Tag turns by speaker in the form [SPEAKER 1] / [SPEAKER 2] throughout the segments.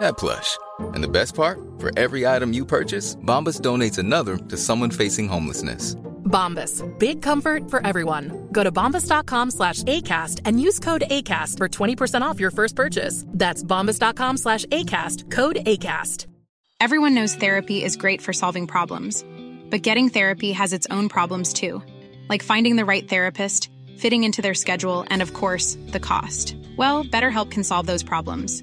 [SPEAKER 1] that plush. And the best part? For every item you purchase, Bombas donates another to someone facing homelessness.
[SPEAKER 2] Bombas. Big comfort for everyone. Go to bombas.com slash ACAST and use code ACAST for 20% off your first purchase. That's bombas.com slash ACAST, code ACAST.
[SPEAKER 3] Everyone knows therapy is great for solving problems, but getting therapy has its own problems too, like finding the right therapist, fitting into their schedule, and of course, the cost. Well, BetterHelp can solve those problems.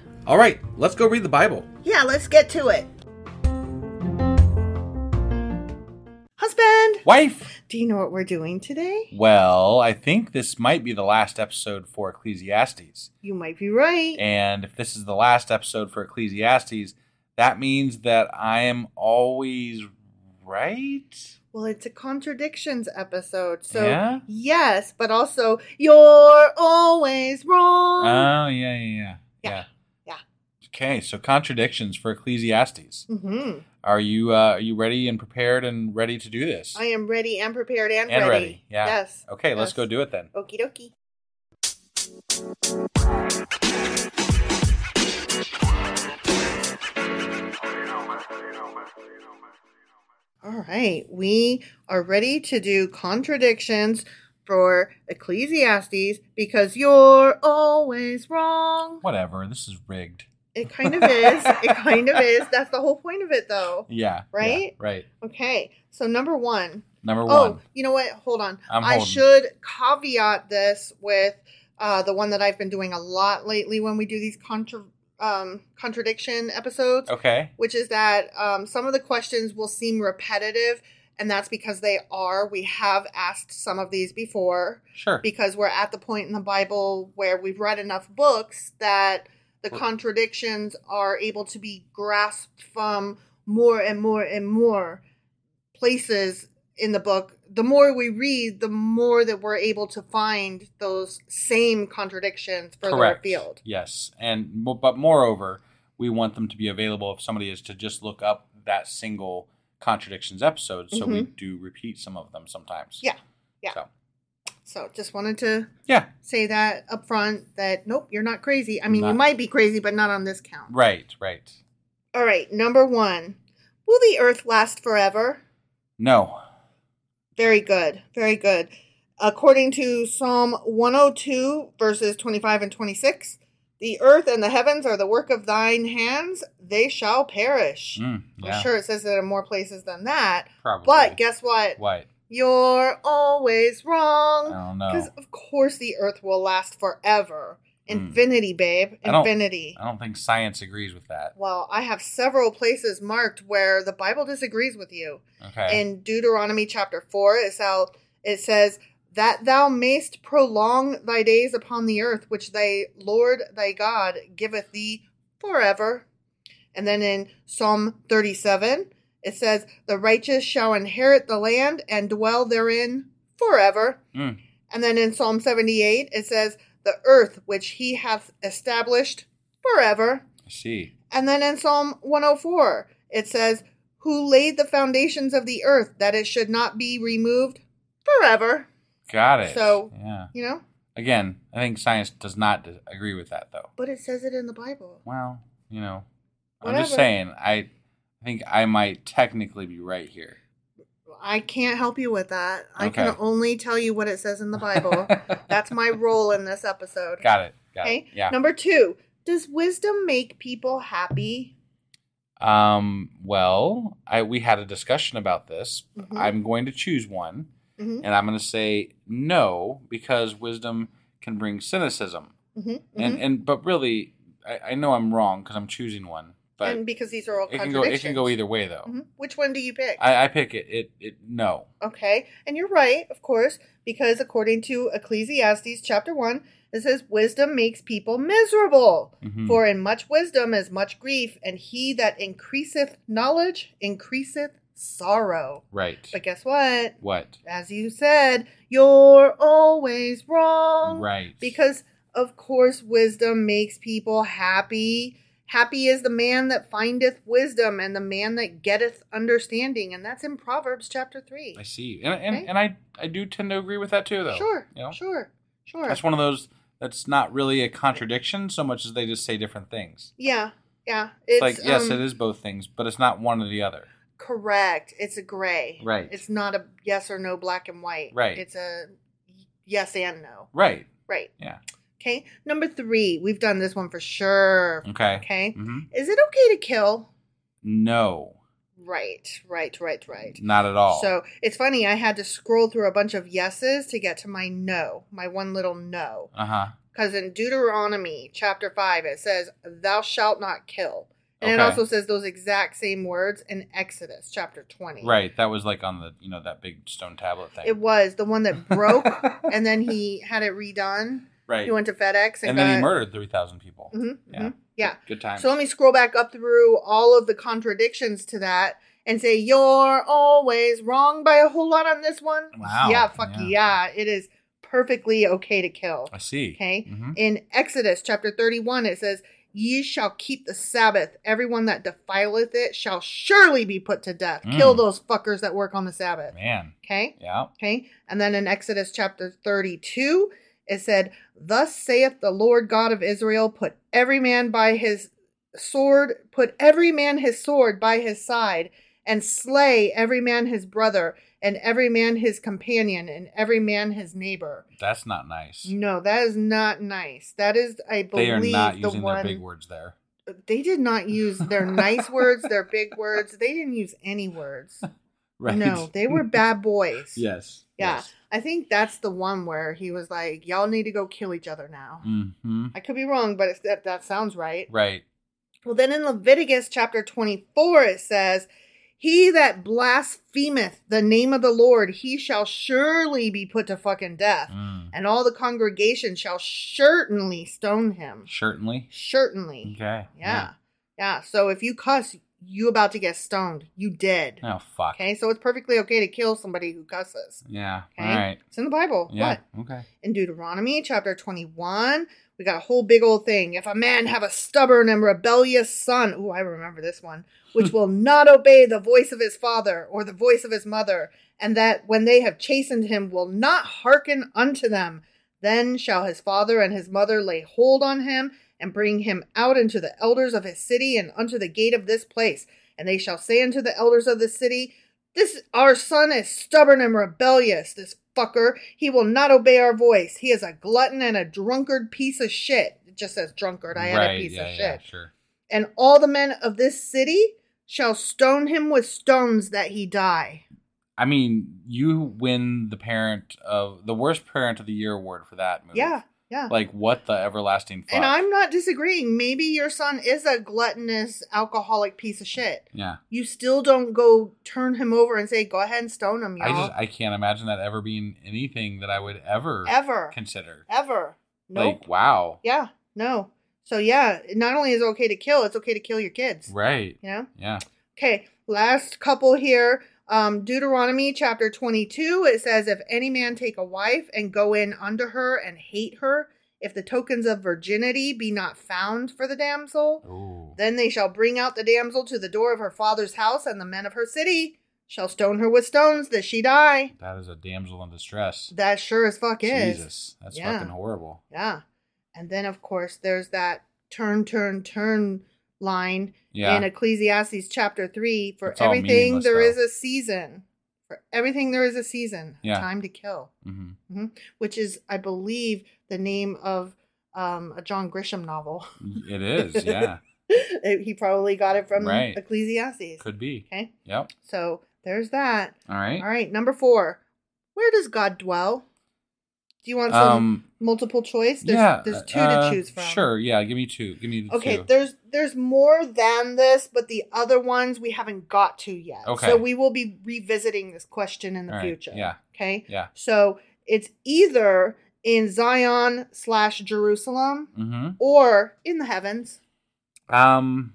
[SPEAKER 4] All right, let's go read the Bible.
[SPEAKER 5] Yeah, let's get to it. Husband,
[SPEAKER 4] Wife!
[SPEAKER 5] do you know what we're doing today?
[SPEAKER 4] Well, I think this might be the last episode for Ecclesiastes.
[SPEAKER 5] You might be right.
[SPEAKER 4] And if this is the last episode for Ecclesiastes, that means that I am always right?
[SPEAKER 5] Well, it's a contradictions episode. So,
[SPEAKER 4] Yeah?
[SPEAKER 5] yes, but also, you're always wrong.
[SPEAKER 4] Oh, yeah, yeah, yeah.
[SPEAKER 5] Um, Yeah, yeah.
[SPEAKER 4] Okay, so contradictions for Ecclesiastes.
[SPEAKER 5] hmm
[SPEAKER 4] Are you uh, are you ready and prepared and ready to do this?
[SPEAKER 5] I am ready and prepared and,
[SPEAKER 4] and ready.
[SPEAKER 5] ready.
[SPEAKER 4] Yeah.
[SPEAKER 5] Yes.
[SPEAKER 4] Okay, let's go do it then.
[SPEAKER 5] Okie dokie. All right, we are ready to do contradictions for Ecclesiastes because you're always wrong.
[SPEAKER 4] Whatever. This is rigged.
[SPEAKER 5] It kind of is. It kind of is. That's the whole point of it, though.
[SPEAKER 4] Yeah. yeah,
[SPEAKER 5] Right?
[SPEAKER 4] right.
[SPEAKER 5] Okay, so number one.
[SPEAKER 4] Number
[SPEAKER 5] Oh,
[SPEAKER 4] one.
[SPEAKER 5] you know what? Hold on.
[SPEAKER 4] I'm
[SPEAKER 5] I
[SPEAKER 4] holding.
[SPEAKER 5] should caveat this with uh, the one that I've been doing a lot lately when we do these contra- um, contradiction episodes,
[SPEAKER 4] Okay.
[SPEAKER 5] which is that um, some of the questions will seem repetitive, and that's because they are. We have asked some of these before
[SPEAKER 4] Sure.
[SPEAKER 5] because we're at the point in the Bible where we've read enough books that the contradictions are able to be grasped from more and more and more places in the book, the more we read, the more that we're able to find those same contradictions further afield.
[SPEAKER 4] Yes, and mo- but moreover, we want them to be available if somebody is to just look up that single contradictions episode. So we do repeat some of them sometimes.
[SPEAKER 5] Mm-hmm. Yeah. Yeah.
[SPEAKER 4] So
[SPEAKER 5] So just wanted to
[SPEAKER 4] yeah,
[SPEAKER 5] say that up front that nope, you're not crazy. I mean, you
[SPEAKER 4] Not-
[SPEAKER 5] might be crazy, but not on this count.
[SPEAKER 4] right, right.
[SPEAKER 5] All right, number one. Will the earth last forever?
[SPEAKER 4] No,
[SPEAKER 5] Very good. Very good. According to Psalm 102, verses 25 and 26, the earth and the heavens are the work of thine hands. They shall perish.
[SPEAKER 4] Mm, yeah.
[SPEAKER 5] I'm sure it says that in more places than that.
[SPEAKER 4] Probably.
[SPEAKER 5] But guess what?
[SPEAKER 4] what?
[SPEAKER 5] You're always wrong.
[SPEAKER 4] I don't know.
[SPEAKER 5] Because, of course, the earth will last forever.
[SPEAKER 4] Mm.
[SPEAKER 5] Infinity, babe.
[SPEAKER 4] I don't-
[SPEAKER 5] Infinity.
[SPEAKER 4] I don't think science agrees with that.
[SPEAKER 5] Well, I have several places marked where the Bible disagrees with you.
[SPEAKER 4] Okay.
[SPEAKER 5] In Deuteronomy chapter 4, it's out, it says, That thou mayst prolong thy days upon the earth, which thy Lord thy God giveth thee forever. And then in Psalm 37, it says, The righteous shall inherit the land and dwell therein forever.
[SPEAKER 4] Mm.
[SPEAKER 5] And then in Psalm 78, it says, The earth which he hath established forever.
[SPEAKER 4] I see.
[SPEAKER 5] And then in Psalm 104, it says, Who laid the foundations of the earth that it should not be removed forever?
[SPEAKER 4] Got it.
[SPEAKER 5] So-
[SPEAKER 4] yeah.
[SPEAKER 5] You know?
[SPEAKER 4] Again, I think science does not dis- agree with that though.
[SPEAKER 5] But it says it in the Bible.
[SPEAKER 4] Well, you know, I'm just
[SPEAKER 5] Whatever.
[SPEAKER 4] saying. I think I might technically be right here.
[SPEAKER 5] I can't help you with that. I can
[SPEAKER 4] Okay.
[SPEAKER 5] only tell you what it says in the Bible. That's my role in this episode.
[SPEAKER 4] Got it. Got
[SPEAKER 5] Okay.
[SPEAKER 4] it. Yeah.
[SPEAKER 5] Number two, does wisdom make people happy?
[SPEAKER 4] um. Well, I we had a discussion about this.
[SPEAKER 5] Mm-hmm.
[SPEAKER 4] I'm going to choose one,
[SPEAKER 5] Mhm.
[SPEAKER 4] and I'm going to say no because wisdom can bring cynicism,
[SPEAKER 5] Mm-hmm.
[SPEAKER 4] and and but really, I, I know I'm wrong because I'm choosing one, but
[SPEAKER 5] and because these are all
[SPEAKER 4] it can go
[SPEAKER 5] contradictions.
[SPEAKER 4] it can go either way though.
[SPEAKER 5] Mhm. Which one do you pick?
[SPEAKER 4] I, I pick it. It it no.
[SPEAKER 5] Okay, and you're right, of course, because according to Ecclesiastes chapter 1, it says, Wisdom makes people miserable.
[SPEAKER 4] Mhm.
[SPEAKER 5] For in much wisdom is much grief, and he that increaseth knowledge increaseth sorrow.
[SPEAKER 4] Right.
[SPEAKER 5] But guess what?
[SPEAKER 4] what?
[SPEAKER 5] As you said, you're always wrong.
[SPEAKER 4] Right.
[SPEAKER 5] Because, of course, wisdom makes people happy. Happy is the man that findeth wisdom and the man that getteth understanding. And that's in Proverbs chapter 3.
[SPEAKER 4] I see, and and,
[SPEAKER 5] Okay.
[SPEAKER 4] and I I do tend to agree with that too, though.
[SPEAKER 5] Sure,
[SPEAKER 4] you know?
[SPEAKER 5] sure, sure.
[SPEAKER 4] That's one of those that's not really a contradiction so much as they just say different things.
[SPEAKER 5] Yeah, yeah.
[SPEAKER 4] It's, like yes, it
[SPEAKER 5] um,
[SPEAKER 4] is both things, but it's not one or the other.
[SPEAKER 5] correct. It's a gray.
[SPEAKER 4] Right.
[SPEAKER 5] It's not a yes or no, black and white.
[SPEAKER 4] Right.
[SPEAKER 5] It's a yes and no.
[SPEAKER 4] Right.
[SPEAKER 5] Right.
[SPEAKER 4] Yeah.
[SPEAKER 5] Okay. Number three. We've done this one for sure.
[SPEAKER 4] Okay.
[SPEAKER 5] Okay.
[SPEAKER 4] hmm
[SPEAKER 5] Is it okay to kill?
[SPEAKER 4] No,
[SPEAKER 5] Right. Right. Right. Right.
[SPEAKER 4] not at all.
[SPEAKER 5] So it's funny. I had to scroll through a bunch of yeses to get to my no, my one little no.
[SPEAKER 4] Uh huh.
[SPEAKER 5] Because in Deuteronomy chapter 5, it says, Thou shalt not kill. And it
[SPEAKER 4] Okay.
[SPEAKER 5] also says those exact same words in Exodus chapter 20.
[SPEAKER 4] Right. That was like on the you know that big stone tablet thing.
[SPEAKER 5] It was the one that broke, and then he had it redone.
[SPEAKER 4] right.
[SPEAKER 5] He went to FedEx and,
[SPEAKER 4] and then he
[SPEAKER 5] got-
[SPEAKER 4] murdered three thousand people.
[SPEAKER 5] Mhm,
[SPEAKER 4] Yeah.
[SPEAKER 5] mhm, yeah.
[SPEAKER 4] Good time.
[SPEAKER 5] So let me scroll back up through all of the contradictions to that and say, You're always wrong by a whole lot on this one.
[SPEAKER 4] Wow.
[SPEAKER 5] Yeah, fuck
[SPEAKER 4] Yeah.
[SPEAKER 5] yeah. It is perfectly okay to kill.
[SPEAKER 4] I see.
[SPEAKER 5] Okay.
[SPEAKER 4] Mhm.
[SPEAKER 5] In Exodus chapter 31, it says, Ye shall keep the Sabbath. Everyone that defileth it shall surely be put to death. Kill
[SPEAKER 4] Mm.
[SPEAKER 5] those fuckers that work on the Sabbath.
[SPEAKER 4] Man.
[SPEAKER 5] Okay.
[SPEAKER 4] Yeah.
[SPEAKER 5] Okay. And then in Exodus chapter 32, it said, Thus saith the Lord God of Israel, put every man by his sword, put every man his sword by his side, and slay every man his brother, and every man his companion, and every man his neighbor.
[SPEAKER 4] That's not nice.
[SPEAKER 5] No, that is not nice. That is, I believe,
[SPEAKER 4] They are not
[SPEAKER 5] the
[SPEAKER 4] using
[SPEAKER 5] one.
[SPEAKER 4] their big words there.
[SPEAKER 5] They did not use their nice words, their big words. They didn't use any words.
[SPEAKER 4] Right.
[SPEAKER 5] No, they were bad boys.
[SPEAKER 4] yes.
[SPEAKER 5] Yeah.
[SPEAKER 4] Yes.
[SPEAKER 5] I think that's the one where he was like, y'all need to go kill each other now.
[SPEAKER 4] Mm-hmm.
[SPEAKER 5] I could be wrong, but it's, that, that sounds right.
[SPEAKER 4] Right.
[SPEAKER 5] Well, then in Leviticus chapter 24, it says, He that blasphemeth the name of the Lord, he shall surely be put to fucking death,
[SPEAKER 4] Mm.
[SPEAKER 5] and all the congregation shall certainly stone him.
[SPEAKER 4] Certainly.
[SPEAKER 5] Certainly.
[SPEAKER 4] Okay.
[SPEAKER 5] Yeah. Yeah. So if you cuss, you about to get stoned. You dead.
[SPEAKER 4] Oh fuck.
[SPEAKER 5] Okay, so it's perfectly okay to kill somebody who cusses.
[SPEAKER 4] Yeah.
[SPEAKER 5] Okay,
[SPEAKER 4] All right.
[SPEAKER 5] it's in the Bible.
[SPEAKER 4] Yeah.
[SPEAKER 5] What?
[SPEAKER 4] Okay.
[SPEAKER 5] in Deuteronomy chapter 21. We got a whole big old thing. If a man have a stubborn and rebellious son, ooh, I remember this one, which will not obey the voice of his father or the voice of his mother, and that when they have chastened him will not hearken unto them, then shall his father and his mother lay hold on him and bring him out into the elders of his city and unto the gate of this place. And they shall say unto the elders of the city, this our son is stubborn and rebellious, this fucker. He will not obey our voice. He is a glutton and a drunkard piece of shit. It just says drunkard. I had a piece
[SPEAKER 4] yeah,
[SPEAKER 5] of shit.
[SPEAKER 4] yeah, sure.
[SPEAKER 5] And all the men of this city shall stone him with stones that he die.
[SPEAKER 4] I mean, you win the parent of the worst parent of the year award for that movie.
[SPEAKER 5] Yeah, yeah.
[SPEAKER 4] Like what the everlasting fuck.
[SPEAKER 5] and I'm not disagreeing. Maybe your son is a gluttonous, alcoholic piece of shit.
[SPEAKER 4] Yeah.
[SPEAKER 5] You still don't go turn him over and say, go ahead and stone him, y'all.
[SPEAKER 4] I just I can't imagine that ever being anything that I would ever
[SPEAKER 5] Ever.
[SPEAKER 4] consider.
[SPEAKER 5] Ever. Nope.
[SPEAKER 4] Like wow.
[SPEAKER 5] Yeah, no. So yeah, not only is it okay to kill, it's okay to kill your kids.
[SPEAKER 4] Right.
[SPEAKER 5] You know?
[SPEAKER 4] Yeah.
[SPEAKER 5] Okay, last couple here. Um, Deuteronomy chapter 22, it says, If any man take a wife and go in unto her and hate her, if the tokens of virginity be not found for the damsel,
[SPEAKER 4] Ooh.
[SPEAKER 5] then they shall bring out the damsel to the door of her father's house, and the men of her city shall stone her with stones that she die.
[SPEAKER 4] That is a damsel in distress.
[SPEAKER 5] That sure as fuck is.
[SPEAKER 4] Jesus. That's
[SPEAKER 5] Yeah.
[SPEAKER 4] fucking horrible.
[SPEAKER 5] Yeah. And then, of course, there's that turn, turn, turn line
[SPEAKER 4] Yeah.
[SPEAKER 5] in Ecclesiastes chapter 3. For
[SPEAKER 4] It's all
[SPEAKER 5] everything
[SPEAKER 4] meaningless,
[SPEAKER 5] there
[SPEAKER 4] though.
[SPEAKER 5] is a season. For everything there is a season.
[SPEAKER 4] Yeah.
[SPEAKER 5] Time to kill.
[SPEAKER 4] Mhm.
[SPEAKER 5] hmm Which is, I believe, the name of um, a John Grisham novel.
[SPEAKER 4] It is. Yeah.
[SPEAKER 5] he probably got it from
[SPEAKER 4] Right.
[SPEAKER 5] Ecclesiastes.
[SPEAKER 4] Could be.
[SPEAKER 5] Okay.
[SPEAKER 4] Yep.
[SPEAKER 5] So there's that.
[SPEAKER 4] All right.
[SPEAKER 5] All right. Number four. Where does God dwell? Do you want some
[SPEAKER 4] Um,
[SPEAKER 5] multiple choice? There's,
[SPEAKER 4] yeah.
[SPEAKER 5] there's two
[SPEAKER 4] uh,
[SPEAKER 5] to choose from.
[SPEAKER 4] Sure. Yeah. Give me two. Give me the
[SPEAKER 5] Okay,
[SPEAKER 4] two.
[SPEAKER 5] there's there's more than this, but the other ones we haven't got to yet.
[SPEAKER 4] Okay.
[SPEAKER 5] So we will be revisiting this question in the
[SPEAKER 4] All right,
[SPEAKER 5] future.
[SPEAKER 4] yeah.
[SPEAKER 5] Okay.
[SPEAKER 4] Yeah.
[SPEAKER 5] So it's either in Zion slash Jerusalem
[SPEAKER 4] Mm-hmm.
[SPEAKER 5] or in the heavens.
[SPEAKER 4] Um,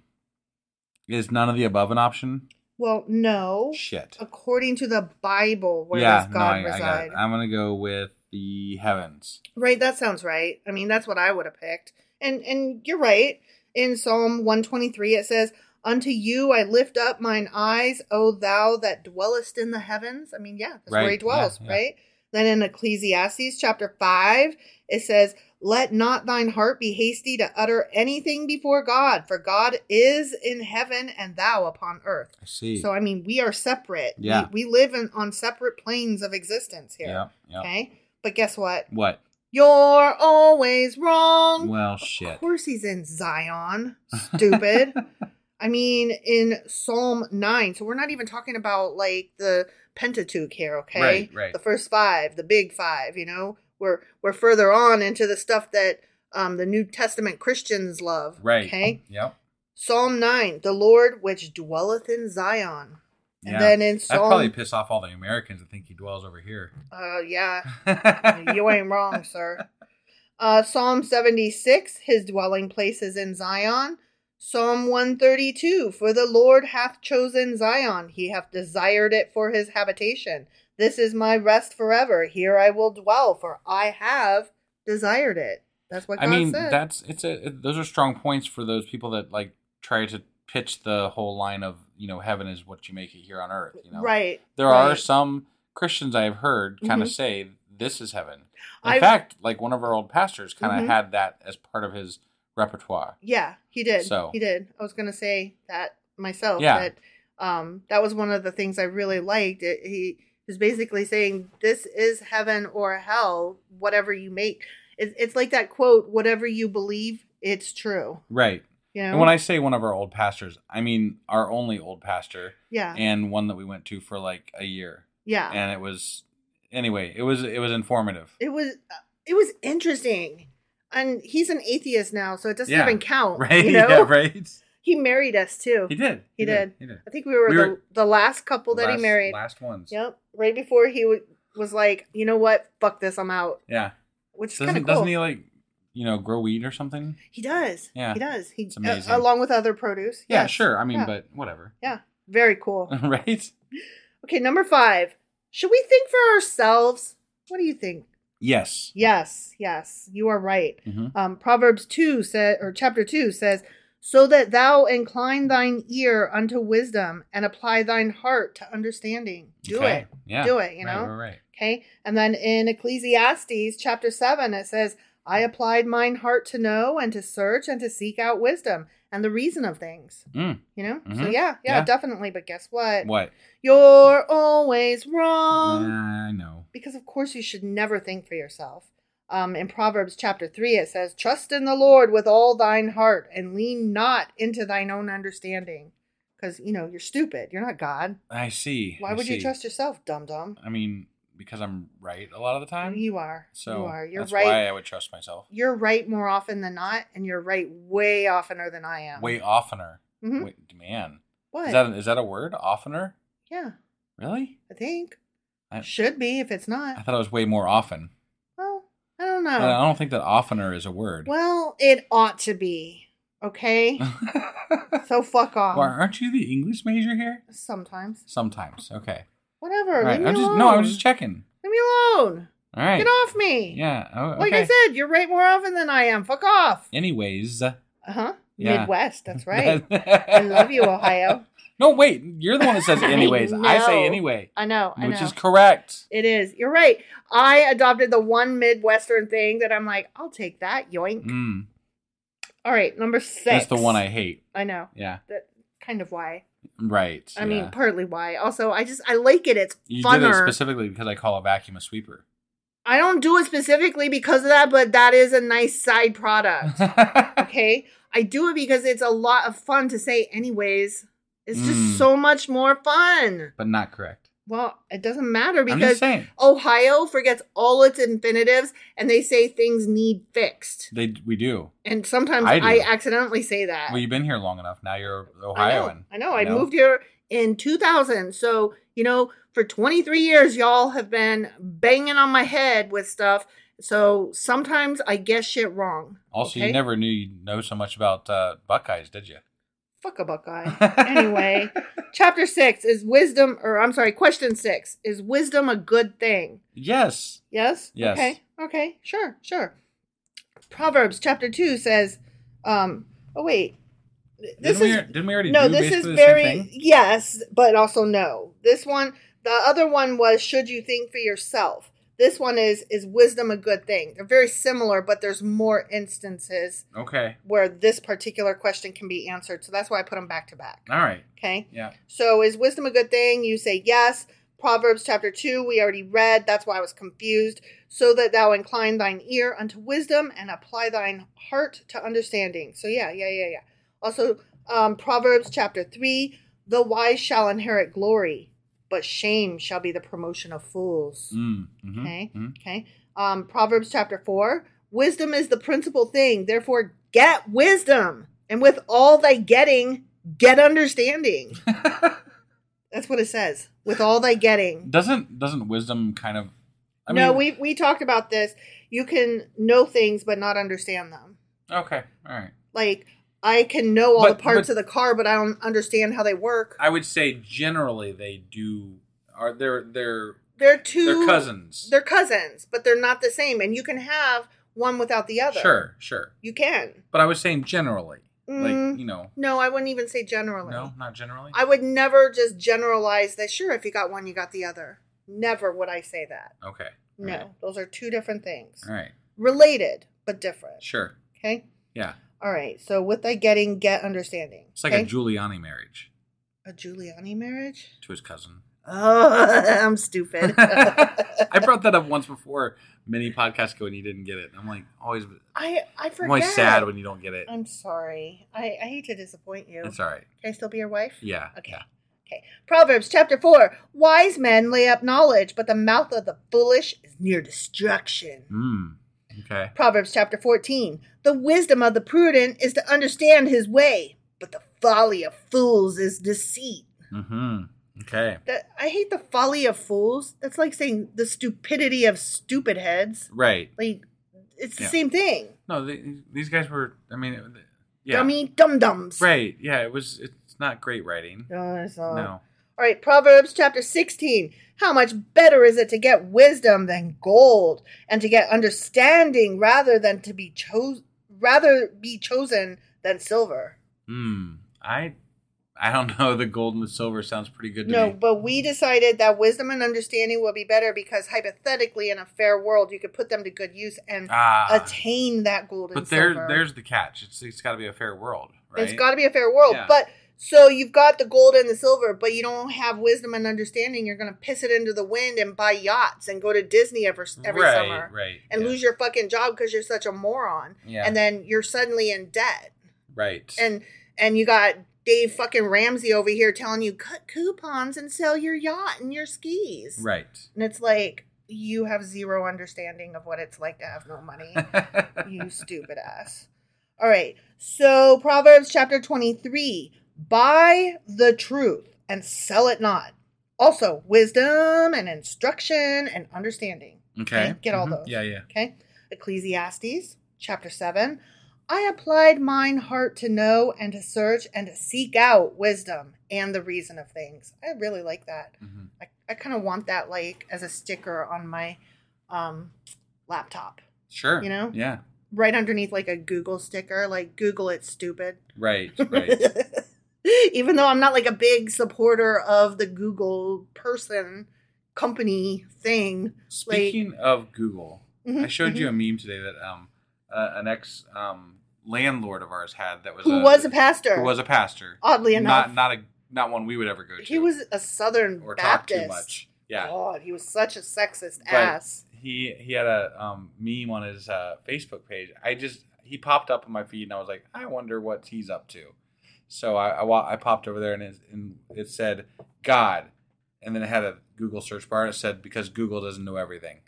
[SPEAKER 4] is none of the above an option?
[SPEAKER 5] Well, no.
[SPEAKER 4] Shit.
[SPEAKER 5] According to the Bible, Oh, where does God
[SPEAKER 4] I, I got
[SPEAKER 5] reside?
[SPEAKER 4] it. I'm gonna go with the heavens.
[SPEAKER 5] Right, that sounds right. I mean, that's what I would have picked. And and you're right. In Psalm 123 it says, "Unto you I lift up mine eyes, O thou that dwellest in the heavens." I mean, yeah, that's where he
[SPEAKER 4] Right,
[SPEAKER 5] dwells,
[SPEAKER 4] yeah, yeah.
[SPEAKER 5] right? Then in Ecclesiastes chapter 5, it says, "Let not thine heart be hasty to utter anything before God, for God is in heaven and thou upon earth."
[SPEAKER 4] I see.
[SPEAKER 5] So I mean, we are separate. We-
[SPEAKER 4] Yeah.
[SPEAKER 5] We, live in, on separate planes of existence here.
[SPEAKER 4] Yep, yep.
[SPEAKER 5] Okay? But guess what?
[SPEAKER 4] what?
[SPEAKER 5] You're always wrong.
[SPEAKER 4] Well,
[SPEAKER 5] Of
[SPEAKER 4] shit.
[SPEAKER 5] course, he's in Zion. Stupid. I mean, in Psalm 9. So we're not even talking about like the Pentateuch here, okay?
[SPEAKER 4] Right, right.
[SPEAKER 5] The first five, the big five, you know? We're, we're further on into the stuff that um, the New Testament Christians love.
[SPEAKER 4] Right.
[SPEAKER 5] Okay.
[SPEAKER 4] Yep.
[SPEAKER 5] Psalm 9, the Lord which dwelleth in Zion. And
[SPEAKER 4] Yeah.
[SPEAKER 5] then in Psalm.
[SPEAKER 4] That'd probably piss off all the Americans that think he dwells over here.
[SPEAKER 5] Uh, yeah. you ain't wrong, sir. Uh, Psalm 76, his dwelling place is in Zion. Psalm 132, for the Lord hath chosen Zion, he hath desired it for his habitation. This is my rest forever. Here I will dwell, for I have desired it. That's what
[SPEAKER 4] I
[SPEAKER 5] God
[SPEAKER 4] mean,
[SPEAKER 5] said.
[SPEAKER 4] that's it's a it- those are strong points for those people that like try to pitch the whole line of you know heaven is what you make it here on earth. You know,
[SPEAKER 5] right.
[SPEAKER 4] There
[SPEAKER 5] right. Mm-hmm.
[SPEAKER 4] are some Christians I have heard kind of say this is heaven. In
[SPEAKER 5] I've-
[SPEAKER 4] fact, like one of our old pastors kind of
[SPEAKER 5] Mhm.
[SPEAKER 4] had that as part of his repertoire.
[SPEAKER 5] Yeah, he did.
[SPEAKER 4] So-
[SPEAKER 5] he did. I was gonna say that myself.
[SPEAKER 4] Yeah.
[SPEAKER 5] That um that was one of the things I really liked. It, he was basically saying this is heaven or hell, whatever you make. It's, it's like that quote: "Whatever you believe, it's true."
[SPEAKER 4] Right.
[SPEAKER 5] You know.
[SPEAKER 4] And when I say one of our old pastors, I mean our only old pastor
[SPEAKER 5] yeah
[SPEAKER 4] and one that we went to for like a year.
[SPEAKER 5] yeah
[SPEAKER 4] And it was anyway, it was it was informative.
[SPEAKER 5] it was it was interesting. And he's an atheist now, so it doesn't
[SPEAKER 4] Yeah.
[SPEAKER 5] even count.
[SPEAKER 4] Right.
[SPEAKER 5] You know?
[SPEAKER 4] Yeah, right.
[SPEAKER 5] He married us too.
[SPEAKER 4] He did.
[SPEAKER 5] He, did.
[SPEAKER 4] He did.
[SPEAKER 5] I think we were,
[SPEAKER 4] We
[SPEAKER 5] the,
[SPEAKER 4] were-
[SPEAKER 5] the last couple that
[SPEAKER 4] Last-
[SPEAKER 5] he married.
[SPEAKER 4] Last ones.
[SPEAKER 5] Yep. Right before he w- was like, you know what? Fuck this. I'm out.
[SPEAKER 4] Yeah.
[SPEAKER 5] Which is
[SPEAKER 4] Doesn't
[SPEAKER 5] kind of cool.
[SPEAKER 4] doesn't he like you know, grow weed or something?
[SPEAKER 5] He does.
[SPEAKER 4] Yeah.
[SPEAKER 5] He does. He
[SPEAKER 4] It's amazing.
[SPEAKER 5] uh, along with other produce.
[SPEAKER 4] Yeah,
[SPEAKER 5] Yes.
[SPEAKER 4] sure. I mean,
[SPEAKER 5] Yeah.
[SPEAKER 4] but Uh. whatever.
[SPEAKER 5] Yeah. Very cool.
[SPEAKER 4] right?
[SPEAKER 5] Okay, number 5. Should we think for ourselves? What do you think?
[SPEAKER 4] Yes.
[SPEAKER 5] Yes, yes, you are right.
[SPEAKER 4] Mhm.
[SPEAKER 5] Um, Proverbs two said, or chapter two says, "So that thou incline thine ear unto wisdom, and apply thine heart to understanding." Do
[SPEAKER 4] Okay.
[SPEAKER 5] it,
[SPEAKER 4] Yeah.
[SPEAKER 5] do it. You
[SPEAKER 4] Right,
[SPEAKER 5] know,
[SPEAKER 4] right, right.
[SPEAKER 5] okay. And then in Ecclesiastes chapter seven, it says, "I applied mine heart to know and to search and to seek out wisdom and the reason of things."
[SPEAKER 4] Mm.
[SPEAKER 5] You know, so
[SPEAKER 4] Mhm.
[SPEAKER 5] yeah, yeah,
[SPEAKER 4] Yeah.
[SPEAKER 5] definitely. But guess what?
[SPEAKER 4] What? Mm.
[SPEAKER 5] You're always wrong
[SPEAKER 4] Nah, I know.
[SPEAKER 5] because of course you should never think for yourself. Um, in Proverbs chapter 3, it says, Trust in the Lord with all thine heart and lean not into thine own understanding. Because, you know, you're stupid. You're not God.
[SPEAKER 4] I see.
[SPEAKER 5] Why
[SPEAKER 4] I
[SPEAKER 5] would you
[SPEAKER 4] see.
[SPEAKER 5] trust yourself, dum dum?
[SPEAKER 4] I mean, because I'm right a lot of the time.
[SPEAKER 5] You are.
[SPEAKER 4] Uh, So
[SPEAKER 5] you are. You're
[SPEAKER 4] that's
[SPEAKER 5] right.
[SPEAKER 4] why I would trust myself
[SPEAKER 5] You're right more often than not, and you're right way oftener than I am.
[SPEAKER 4] way oftener.
[SPEAKER 5] Mhm.
[SPEAKER 4] Wait, man,
[SPEAKER 5] What?
[SPEAKER 4] is that is that a word? Oftener?
[SPEAKER 5] yeah,
[SPEAKER 4] Really?
[SPEAKER 5] I think.
[SPEAKER 4] I,
[SPEAKER 5] Should be if it's
[SPEAKER 4] I
[SPEAKER 5] not.
[SPEAKER 4] thought it was way more often.
[SPEAKER 5] Well, I don't know.
[SPEAKER 4] And I don't think that oftener is a word.
[SPEAKER 5] Well, it ought to be. Okay? so fuck off.
[SPEAKER 4] Well, aren't you the English major here?
[SPEAKER 5] Sometimes.
[SPEAKER 4] Sometimes. Okay.
[SPEAKER 5] Whatever.
[SPEAKER 4] All
[SPEAKER 5] Leave
[SPEAKER 4] right.
[SPEAKER 5] me
[SPEAKER 4] I'm just
[SPEAKER 5] alone.
[SPEAKER 4] no. I'm just checking.
[SPEAKER 5] Leave me alone.
[SPEAKER 4] All right.
[SPEAKER 5] Get off me.
[SPEAKER 4] Yeah. Oh, okay.
[SPEAKER 5] Like I said, you're right more often than I am. Fuck off.
[SPEAKER 4] Anyways.
[SPEAKER 5] Uh huh.
[SPEAKER 4] Yeah.
[SPEAKER 5] Midwest. That's right. I love you, Ohio.
[SPEAKER 4] No, wait. You're the one that says anyways. I,
[SPEAKER 5] know.
[SPEAKER 4] say anyway,
[SPEAKER 5] I know. I
[SPEAKER 4] which
[SPEAKER 5] know.
[SPEAKER 4] is correct.
[SPEAKER 5] it is. You're right. I adopted the one Midwestern thing that I'm like, I'll take that. Yoink.
[SPEAKER 4] Mm,
[SPEAKER 5] All right. Number six.
[SPEAKER 4] that's the one I hate.
[SPEAKER 5] I know.
[SPEAKER 4] Yeah.
[SPEAKER 5] That kind of why.
[SPEAKER 4] Right.
[SPEAKER 5] I mean,
[SPEAKER 4] yeah.
[SPEAKER 5] partly why. Also, I just, I like it. It's
[SPEAKER 4] you
[SPEAKER 5] funner.
[SPEAKER 4] did it specifically because I call a vacuum a sweeper.
[SPEAKER 5] I don't do it specifically because of that, but that is a nice side product. okay i do it because it's a lot of fun to say anyways it's just
[SPEAKER 4] Mm.
[SPEAKER 5] so much more fun
[SPEAKER 4] but not correct.
[SPEAKER 5] well it doesn't matter
[SPEAKER 4] I'm just
[SPEAKER 5] because
[SPEAKER 4] saying.
[SPEAKER 5] ohio forgets all its infinitives and they say things need fixed
[SPEAKER 4] They we do.
[SPEAKER 5] and sometimes
[SPEAKER 4] I do.
[SPEAKER 5] i, accidentally say that
[SPEAKER 4] Well, you've been here long enough. Now you're
[SPEAKER 5] Ohio.
[SPEAKER 4] Ohioan.
[SPEAKER 5] i know i, moved here in 2000 so you know for 23 years y'all have been banging on my head with stuff so sometimes i guess shit wrong
[SPEAKER 4] Also,
[SPEAKER 5] okay?
[SPEAKER 4] you never knew you know so much about uh, Buckeyes, did you?
[SPEAKER 5] fuck a buckeye. anyway, chapter six is wisdom, or I'm sorry, question six is wisdom a good thing?
[SPEAKER 4] Yes.
[SPEAKER 5] Yes.
[SPEAKER 4] Yes.
[SPEAKER 5] Okay. Okay. Sure. Sure. Proverbs chapter two says, um, oh wait,
[SPEAKER 4] Didn't we, didn't we already
[SPEAKER 5] no,
[SPEAKER 4] do
[SPEAKER 5] this is
[SPEAKER 4] basically the same
[SPEAKER 5] very e-,
[SPEAKER 4] thing?
[SPEAKER 5] yes, but also no. This one, the other one was should you think for yourself. This one is is wisdom a good thing? They're very similar, but there's more instances
[SPEAKER 4] Okay.
[SPEAKER 5] where this particular question can be answered. So that's why I put them back to back.
[SPEAKER 4] All right.
[SPEAKER 5] Okay.
[SPEAKER 4] Yeah.
[SPEAKER 5] So is wisdom a good thing? You say yes. Proverbs chapter 2, we already read. That's why I was confused. So that thou incline thine ear unto wisdom and apply thine heart to understanding. So, yeah, yeah, yeah, yeah. Also, um, Proverbs chapter 3, the wise shall inherit glory, but shame shall be the promotion of fools.
[SPEAKER 4] Mm, mhm,
[SPEAKER 5] Okay.
[SPEAKER 4] mhm.
[SPEAKER 5] Okay. Um, Proverbs chapter 4 Wisdom is the principal thing. Therefore, get wisdom. And with all thy getting, get understanding. That's what it says. With all thy getting.
[SPEAKER 4] Doesn't doesn't wisdom kind of? I
[SPEAKER 5] no,
[SPEAKER 4] mean,
[SPEAKER 5] we, we talked about this. You can know things but not understand them.
[SPEAKER 4] Okay. All right.
[SPEAKER 5] Like, I can know all
[SPEAKER 4] But-
[SPEAKER 5] the parts
[SPEAKER 4] but-
[SPEAKER 5] of the car, but I don't understand how they work.
[SPEAKER 4] I would say generally they do are they're they're
[SPEAKER 5] They're two.
[SPEAKER 4] they're cousins.
[SPEAKER 5] They're cousins, but they're not the same. And you can have one without the other.
[SPEAKER 4] sure, sure.
[SPEAKER 5] You can.
[SPEAKER 4] But I was saying generally,
[SPEAKER 5] Mm.
[SPEAKER 4] like you know,
[SPEAKER 5] No, I wouldn't even say generally.
[SPEAKER 4] no, not generally.
[SPEAKER 5] I would never just generalize that, sure, if you got one, you got the other. Never would I say that.
[SPEAKER 4] okay.
[SPEAKER 5] No, those are two different things.
[SPEAKER 4] All right.
[SPEAKER 5] Related, but different.
[SPEAKER 4] Sure.
[SPEAKER 5] Okay.
[SPEAKER 4] Yeah.
[SPEAKER 5] All right. So with thy getting, get understanding.
[SPEAKER 4] It's like
[SPEAKER 5] okay?
[SPEAKER 4] a Giuliani marriage
[SPEAKER 5] a Giuliani marriage?
[SPEAKER 4] to his cousin.
[SPEAKER 5] Oh, I'm stupid.
[SPEAKER 4] I brought that up once before many podcasts ago, and you didn't get it. I'm like always,
[SPEAKER 5] I, I forget.
[SPEAKER 4] I'm always sad when you don't get it.
[SPEAKER 5] I'm sorry. I, I hate to disappoint you.
[SPEAKER 4] That's all right.
[SPEAKER 5] Can I still be your wife?
[SPEAKER 4] Yeah.
[SPEAKER 5] Okay.
[SPEAKER 4] Yeah.
[SPEAKER 5] Okay. Proverbs chapter 4. Wise men lay up knowledge, but the mouth of the foolish is near destruction.
[SPEAKER 4] Mm. Okay.
[SPEAKER 5] Proverbs chapter 14. The wisdom of the prudent is to understand his way, but the folly of fools is deceit.
[SPEAKER 4] Mm-hmm. Okay.
[SPEAKER 5] That, I hate the folly of fools. That's like saying the stupidity of stupid heads.
[SPEAKER 4] Right.
[SPEAKER 5] Like, it's the
[SPEAKER 4] Yeah.
[SPEAKER 5] same thing.
[SPEAKER 4] No, the these guys were. I mean, it- yeah,
[SPEAKER 5] Dummy dum dums.
[SPEAKER 4] right. Yeah, it was. It's not great writing.
[SPEAKER 5] No, it's not.
[SPEAKER 4] No.
[SPEAKER 5] All right, Proverbs chapter 16. How much better is it to get wisdom than gold and to get understanding rather than to be chosen rather be chosen than silver.
[SPEAKER 4] Hmm. I, I don't know. The gold and the silver sounds pretty good to
[SPEAKER 5] No,
[SPEAKER 4] me.
[SPEAKER 5] but we decided that wisdom and understanding will be better because hypothetically in a fair world you could put them to good use and
[SPEAKER 4] Ah.
[SPEAKER 5] attain that gold and
[SPEAKER 4] But there,
[SPEAKER 5] silver.
[SPEAKER 4] there's the catch. It's it's got to be a fair world, right?
[SPEAKER 5] It's got to be a fair world.
[SPEAKER 4] Yeah.
[SPEAKER 5] But so you've got the gold and the silver, but you don't have wisdom and understanding. You're going to piss it into the wind and buy yachts and go to Disney every, every
[SPEAKER 4] right,
[SPEAKER 5] summer
[SPEAKER 4] right,
[SPEAKER 5] and
[SPEAKER 4] yeah.
[SPEAKER 5] lose your fucking job because you're such a moron.
[SPEAKER 4] Yeah.
[SPEAKER 5] And then you're suddenly in debt.
[SPEAKER 4] right.
[SPEAKER 5] And and you got Dave fucking Ramsey over here telling you cut coupons and sell your yacht and your skis.
[SPEAKER 4] right.
[SPEAKER 5] And it's like you have zero understanding of what it's like to have no money you stupid ass. All right. So Proverbs chapter 23 buy the truth and sell it not. Also, wisdom and instruction and understanding.
[SPEAKER 4] Okay.
[SPEAKER 5] Get all
[SPEAKER 4] Mhm.
[SPEAKER 5] those.
[SPEAKER 4] Yeah, yeah.
[SPEAKER 5] Okay. Ecclesiastes chapter 7. I applied mine heart to know and to search and to seek out wisdom and the reason of things. I really like that.
[SPEAKER 4] Mm-hmm.
[SPEAKER 5] I, I kind of want that like as a sticker on my um, laptop
[SPEAKER 4] Sure.
[SPEAKER 5] You know?
[SPEAKER 4] Yeah.
[SPEAKER 5] right underneath like a Google sticker, like Google it stupid.
[SPEAKER 4] Right. Right.
[SPEAKER 5] Even though I'm not like a big supporter of the Google person company thing.
[SPEAKER 4] Speaking of Google, I showed you a meme today that um uh, an ex um landlord of ours had that was
[SPEAKER 5] Who was a pastor.
[SPEAKER 4] who was a pastor.
[SPEAKER 5] Oddly
[SPEAKER 4] not
[SPEAKER 5] enough.
[SPEAKER 4] not a not one we would ever go to.
[SPEAKER 5] he was a Southern
[SPEAKER 4] or
[SPEAKER 5] Baptist. Oh.
[SPEAKER 4] talk too much. Yeah.
[SPEAKER 5] God, he was such a sexist
[SPEAKER 4] But
[SPEAKER 5] ass.
[SPEAKER 4] He he had a um, meme on his uh, Facebook page. I just he popped up on my feed and I was like, I wonder what he's up to. So I I, wa- I popped over there and it, and it said God, and then it had a Google search bar and it said because Google doesn't know everything.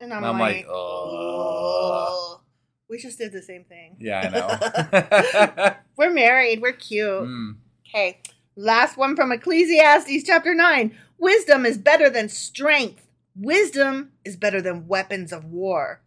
[SPEAKER 5] And I'm,
[SPEAKER 4] and I'm
[SPEAKER 5] like,
[SPEAKER 4] like,
[SPEAKER 5] "Ugh." we just did the same thing.
[SPEAKER 4] Yeah, I
[SPEAKER 5] We're married. We're cute.
[SPEAKER 4] know. Mm.
[SPEAKER 5] Okay. Last one from Ecclesiastes chapter 9. Wisdom is better than strength. Wisdom is better than weapons of war.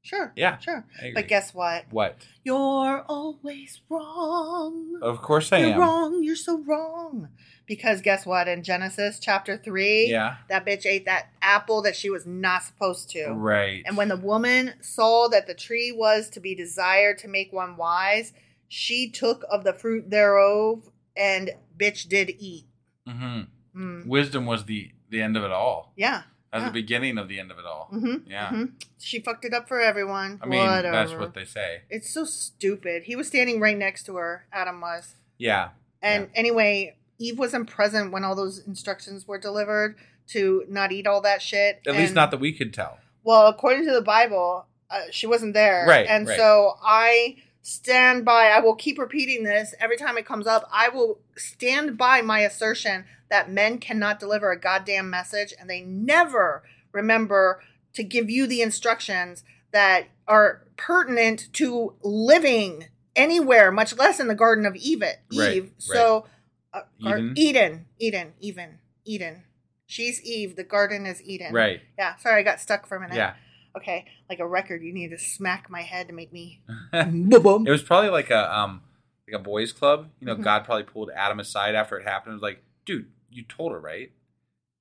[SPEAKER 5] Sure.
[SPEAKER 4] Yeah,
[SPEAKER 5] Sure.
[SPEAKER 4] I agree.
[SPEAKER 5] But guess what?
[SPEAKER 4] What?
[SPEAKER 5] You're always wrong.
[SPEAKER 4] Of course I
[SPEAKER 5] you're
[SPEAKER 4] am.
[SPEAKER 5] wrong. You're so wrong. Because guess what? In Genesis chapter 3,
[SPEAKER 4] Yeah.
[SPEAKER 5] that bitch ate that apple that she was not supposed to.
[SPEAKER 4] Right.
[SPEAKER 5] And when the woman saw that the tree was to be desired to make one wise, she took of the fruit thereof and bitch did eat.
[SPEAKER 4] Mhm.
[SPEAKER 5] Mm.
[SPEAKER 4] wisdom was the the end of it all.
[SPEAKER 5] Yeah.
[SPEAKER 4] That's
[SPEAKER 5] yeah.
[SPEAKER 4] the beginning of the end of it all.
[SPEAKER 5] Mhm,
[SPEAKER 4] Yeah.
[SPEAKER 5] mhm. She fucked it up for everyone.
[SPEAKER 4] I mean,
[SPEAKER 5] Whatever.
[SPEAKER 4] that's what they say.
[SPEAKER 5] It's so stupid. He was standing right next to her, Adam was.
[SPEAKER 4] Yeah.
[SPEAKER 5] And anyway, Eve wasn't present when all those instructions were delivered to not eat all that shit.
[SPEAKER 4] At least
[SPEAKER 5] And-
[SPEAKER 4] not that we could tell.
[SPEAKER 5] Well, according to the Bible, uh, she wasn't there.
[SPEAKER 4] Right,
[SPEAKER 5] And
[SPEAKER 4] right.
[SPEAKER 5] so I stand by, I will keep repeating this every time it comes up. I will stand by my assertion that men cannot deliver a goddamn message and they never remember to give you the instructions that are pertinent to living anywhere, much less in the Garden of Eve. Eve.
[SPEAKER 4] Right, right.
[SPEAKER 5] So, uh, gar-
[SPEAKER 4] Eden?
[SPEAKER 5] Eden, Eden, even, Eden. She's Eve. The garden is Eden.
[SPEAKER 4] Right.
[SPEAKER 5] Yeah, sorry, I got stuck for a minute.
[SPEAKER 4] Yeah.
[SPEAKER 5] Okay, like a record, you need to smack my head to make me.
[SPEAKER 4] It was probably like a um like a boys club. You
[SPEAKER 5] Mm-hmm.
[SPEAKER 4] know, God probably pulled Adam aside after it happened. and was like, dude, you told her, right?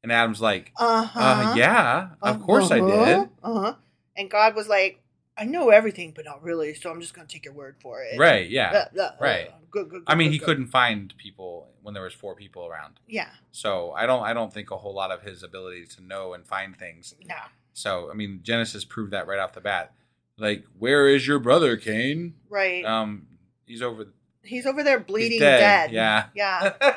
[SPEAKER 4] And Adam's like,
[SPEAKER 5] Uh huh.
[SPEAKER 4] uh, yeah,
[SPEAKER 5] Uh-huh.
[SPEAKER 4] of course I did.
[SPEAKER 5] Uh huh. And God was like, I know everything, but not really, so I'm just going to take your word for it.
[SPEAKER 4] Right. Yeah.
[SPEAKER 5] Blah, blah, blah.
[SPEAKER 4] right.
[SPEAKER 5] Good, good,
[SPEAKER 4] I mean,
[SPEAKER 5] good,
[SPEAKER 4] he
[SPEAKER 5] good.
[SPEAKER 4] couldn't find people when there was four people around.
[SPEAKER 5] Yeah,
[SPEAKER 4] So I don't I don't think a whole lot of his ability to know and find things.
[SPEAKER 5] no.
[SPEAKER 4] So I mean Genesis proved that right off the bat. Like, where is your brother, Cain?
[SPEAKER 5] Right.
[SPEAKER 4] Um he's over
[SPEAKER 5] He's over there bleeding
[SPEAKER 4] dead,
[SPEAKER 5] dead.
[SPEAKER 4] yeah.
[SPEAKER 5] Yeah.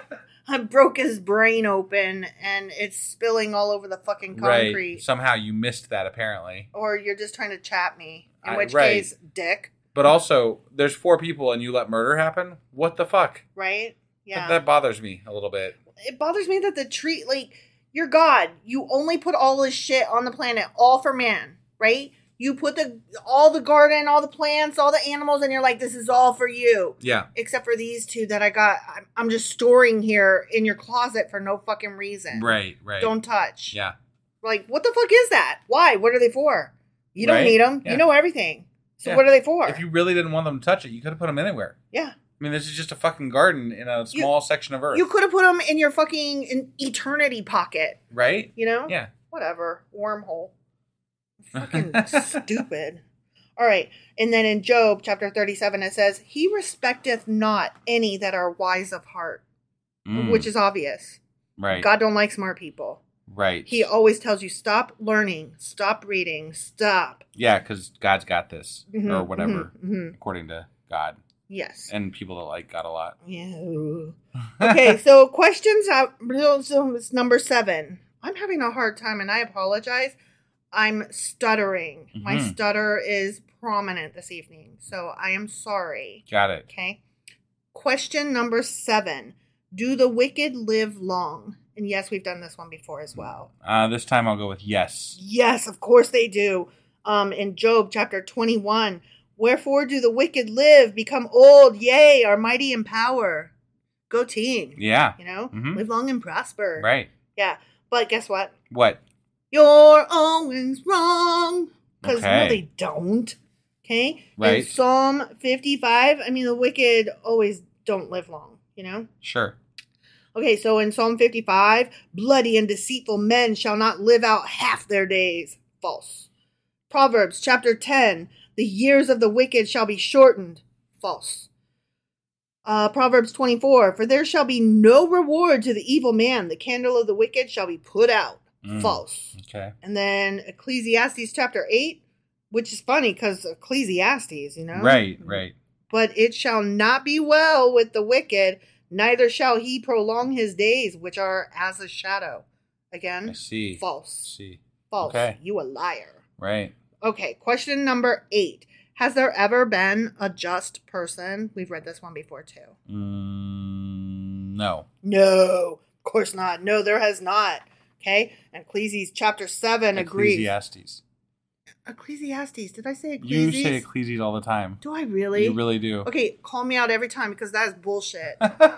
[SPEAKER 5] I broke his brain open and it's spilling all over the fucking concrete.
[SPEAKER 4] right. Somehow you missed that apparently.
[SPEAKER 5] Or you're just trying to chat me. In
[SPEAKER 4] I-
[SPEAKER 5] which
[SPEAKER 4] right.
[SPEAKER 5] case, dick,
[SPEAKER 4] But also, there's four people and you let murder happen? What the fuck?
[SPEAKER 5] right?
[SPEAKER 4] That,
[SPEAKER 5] Yeah.
[SPEAKER 4] that bothers me a little bit.
[SPEAKER 5] it bothers me that the tree like you're god you only put all this shit on the planet all for man right you put the all the garden all the plants all the animals and you're like this is all for you
[SPEAKER 4] Yeah.
[SPEAKER 5] except for these two that i got i'm, I'm just storing here in your closet for no fucking reason
[SPEAKER 4] Right, right.
[SPEAKER 5] don't touch
[SPEAKER 4] Yeah.
[SPEAKER 5] like what the fuck is that why what are they for you don't
[SPEAKER 4] Right?
[SPEAKER 5] need 'em. need them
[SPEAKER 4] Yeah.
[SPEAKER 5] you know everything So
[SPEAKER 4] Yeah.
[SPEAKER 5] what are they for?
[SPEAKER 4] If you really didn't want them to touch it, you could have put them anywhere.
[SPEAKER 5] yeah.
[SPEAKER 4] I mean, this is just a fucking garden in a small section of earth,
[SPEAKER 5] You could have put them in your fucking in eternity pocket,
[SPEAKER 4] right?
[SPEAKER 5] you know?
[SPEAKER 4] Yeah.
[SPEAKER 5] Whatever. Wormhole. Fucking stupid. All right. And then in Job chapter 37, it says, He respecteth not any that are wise of heart, which is obvious.
[SPEAKER 4] Mm, right.
[SPEAKER 5] God don't like smart people.
[SPEAKER 4] right.
[SPEAKER 5] He always tells you, Stop learning, stop reading, stop.
[SPEAKER 4] yeah, because God's got this
[SPEAKER 5] Mhm,
[SPEAKER 4] or whatever,
[SPEAKER 5] mhm, mhm.
[SPEAKER 4] according to God
[SPEAKER 5] Yes.
[SPEAKER 4] and people that like God a lot.
[SPEAKER 5] Yeah. Okay, so questions out so it's number seven. I'm having a hard time and I apologize. I'm stuttering. My
[SPEAKER 4] Mhm.
[SPEAKER 5] stutter is prominent this evening, so I am sorry.
[SPEAKER 4] Got it.
[SPEAKER 5] Okay. Question number seven. Do the wicked live long? And yes, we've done this one before as well.
[SPEAKER 4] Uh, this time I'll go with yes.
[SPEAKER 5] Yes, of course they do. Um, in Job chapter 21, wherefore do the wicked live, become old, yea, are mighty in power. Go team.
[SPEAKER 4] Yeah.
[SPEAKER 5] You know,
[SPEAKER 4] Mhm.
[SPEAKER 5] live long and prosper.
[SPEAKER 4] Right.
[SPEAKER 5] Yeah. But guess what?
[SPEAKER 4] What?
[SPEAKER 5] You're always wrong. Because
[SPEAKER 4] Okay.
[SPEAKER 5] no, they don't. Okay. In
[SPEAKER 4] Right.
[SPEAKER 5] Psalm 55, I mean, the wicked always don't live long, you know?
[SPEAKER 4] Sure.
[SPEAKER 5] Okay, so in Psalm 55, bloody and deceitful men shall not live out half their days. False. Proverbs chapter 10, the years of the wicked shall be shortened. False. Uh, Proverbs 24, for there shall be no reward to the evil man. The candle of the wicked shall be put out.
[SPEAKER 4] Mm.
[SPEAKER 5] False.
[SPEAKER 4] Okay.
[SPEAKER 5] And then Ecclesiastes chapter 8, which is funny because Ecclesiastes, you know?
[SPEAKER 4] Right. Right.
[SPEAKER 5] But it shall not be well with the wicked, neither shall he prolong his days, which are as a shadow.
[SPEAKER 4] I
[SPEAKER 5] Again,
[SPEAKER 4] see.
[SPEAKER 5] Mm-hmm. false.
[SPEAKER 4] See.
[SPEAKER 5] False.
[SPEAKER 4] Okay.
[SPEAKER 5] You a liar.
[SPEAKER 4] Right.
[SPEAKER 5] Okay, question number eight. Has there ever been a just person? We've read this one before too.
[SPEAKER 4] Mm, no.
[SPEAKER 5] No, of course not. No, there has not. Okay, and Ecclesiastes chapter 7 agrees.
[SPEAKER 4] Ecclesiastes.
[SPEAKER 5] Ecclesiastes. Did I say
[SPEAKER 4] You
[SPEAKER 5] Ecclesiastes?
[SPEAKER 4] say Ecclesiastes all the time.
[SPEAKER 5] Do I really?
[SPEAKER 4] You really do.
[SPEAKER 5] Okay, call me out every time because that is bullshit.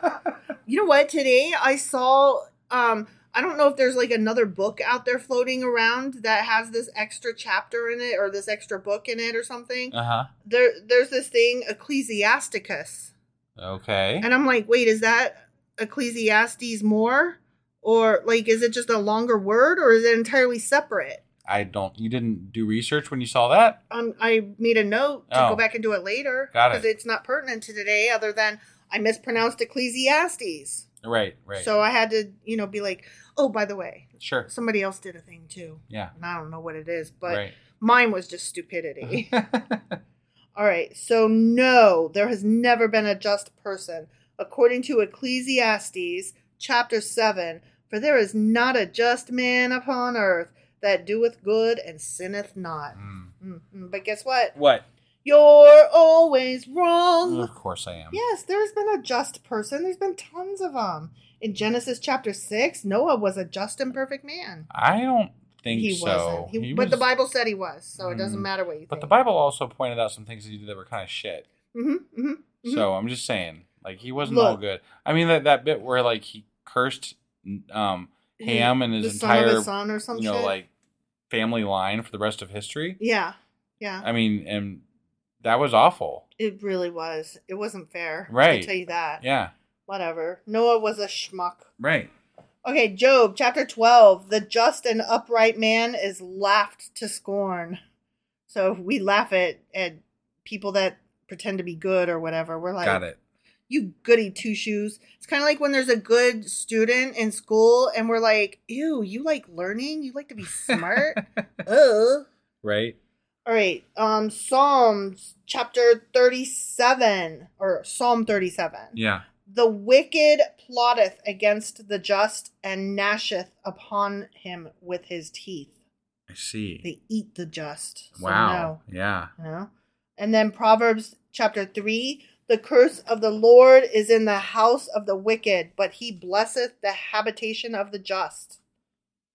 [SPEAKER 5] you know what? Today I saw um I don't know if there's like another book out there floating around that has this extra chapter in it or this extra book in it or something.
[SPEAKER 4] Uh huh.
[SPEAKER 5] There there's this thing Ecclesiasticus.
[SPEAKER 4] Okay.
[SPEAKER 5] And I'm like, "Wait, is that Ecclesiastes more or like is it just a longer word or is it entirely separate?"
[SPEAKER 4] I don't. You didn't do research when you saw that.
[SPEAKER 5] um, I made a note to
[SPEAKER 4] Oh.
[SPEAKER 5] go back and do it later
[SPEAKER 4] Got it.
[SPEAKER 5] it's not pertinent to today, other than I mispronounced Ecclesiastes.
[SPEAKER 4] Right. Right.
[SPEAKER 5] So I had to, you know, be like, oh, by the way,
[SPEAKER 4] sure.
[SPEAKER 5] somebody else did a thing too,
[SPEAKER 4] Yeah.
[SPEAKER 5] and I don't know what it is, but
[SPEAKER 4] Right.
[SPEAKER 5] mine was just stupidity. All right, so no, there has never been a just person, according to Ecclesiastes chapter seven. For there is not a just man upon earth that doeth good and sinneth not.
[SPEAKER 4] Mm.
[SPEAKER 5] Mm-mm. But guess what?
[SPEAKER 4] What?
[SPEAKER 5] You're always wrong.
[SPEAKER 4] Of course I am.
[SPEAKER 5] Yes, there's been a just person. There's been tons of them. In Genesis chapter 6, Noah was a just and perfect man.
[SPEAKER 4] I don't think
[SPEAKER 5] he
[SPEAKER 4] so.
[SPEAKER 5] wasn't. He,
[SPEAKER 4] He
[SPEAKER 5] but the
[SPEAKER 4] was-
[SPEAKER 5] Bible said he was, so it doesn't
[SPEAKER 4] Mm.
[SPEAKER 5] matter what you
[SPEAKER 4] But
[SPEAKER 5] think.
[SPEAKER 4] the Bible also pointed out some things that he did that were kind of shit.
[SPEAKER 5] Mm-hmm, hmm
[SPEAKER 4] So I'm just saying, like he wasn't all
[SPEAKER 5] Look.
[SPEAKER 4] good. I mean that that bit where like he cursed um, Ham and his
[SPEAKER 5] the
[SPEAKER 4] entire
[SPEAKER 5] son of his son or some
[SPEAKER 4] you know
[SPEAKER 5] shit.
[SPEAKER 4] like family line for the rest of history.
[SPEAKER 5] yeah, yeah.
[SPEAKER 4] I mean, and that was awful.
[SPEAKER 5] it really was. It wasn't fair.
[SPEAKER 4] Right.
[SPEAKER 5] I'll tell you that.
[SPEAKER 4] Yeah.
[SPEAKER 5] Whatever. Noah was a schmuck.
[SPEAKER 4] Right.
[SPEAKER 5] Okay, Job chapter 12. The just and upright man is laughed to scorn. So we laugh at, at people that pretend to be good or whatever. We're like,
[SPEAKER 4] Got it.
[SPEAKER 5] you goody two shoes. It's kind of like when there's a good student in school and we're like, ew, you like learning? You like to be smart? Ugh.
[SPEAKER 4] Right.
[SPEAKER 5] All right. Um, Psalms chapter 37 or Psalm 37.
[SPEAKER 4] Yeah.
[SPEAKER 5] The wicked plotteth against the just and gnasheth upon him with his teeth.
[SPEAKER 4] I see.
[SPEAKER 5] They eat the just. So
[SPEAKER 4] wow. Yeah.
[SPEAKER 5] No, you know? And then Proverbs chapter 3 The curse of the Lord is in the house of the wicked, but he blesseth the habitation of the just.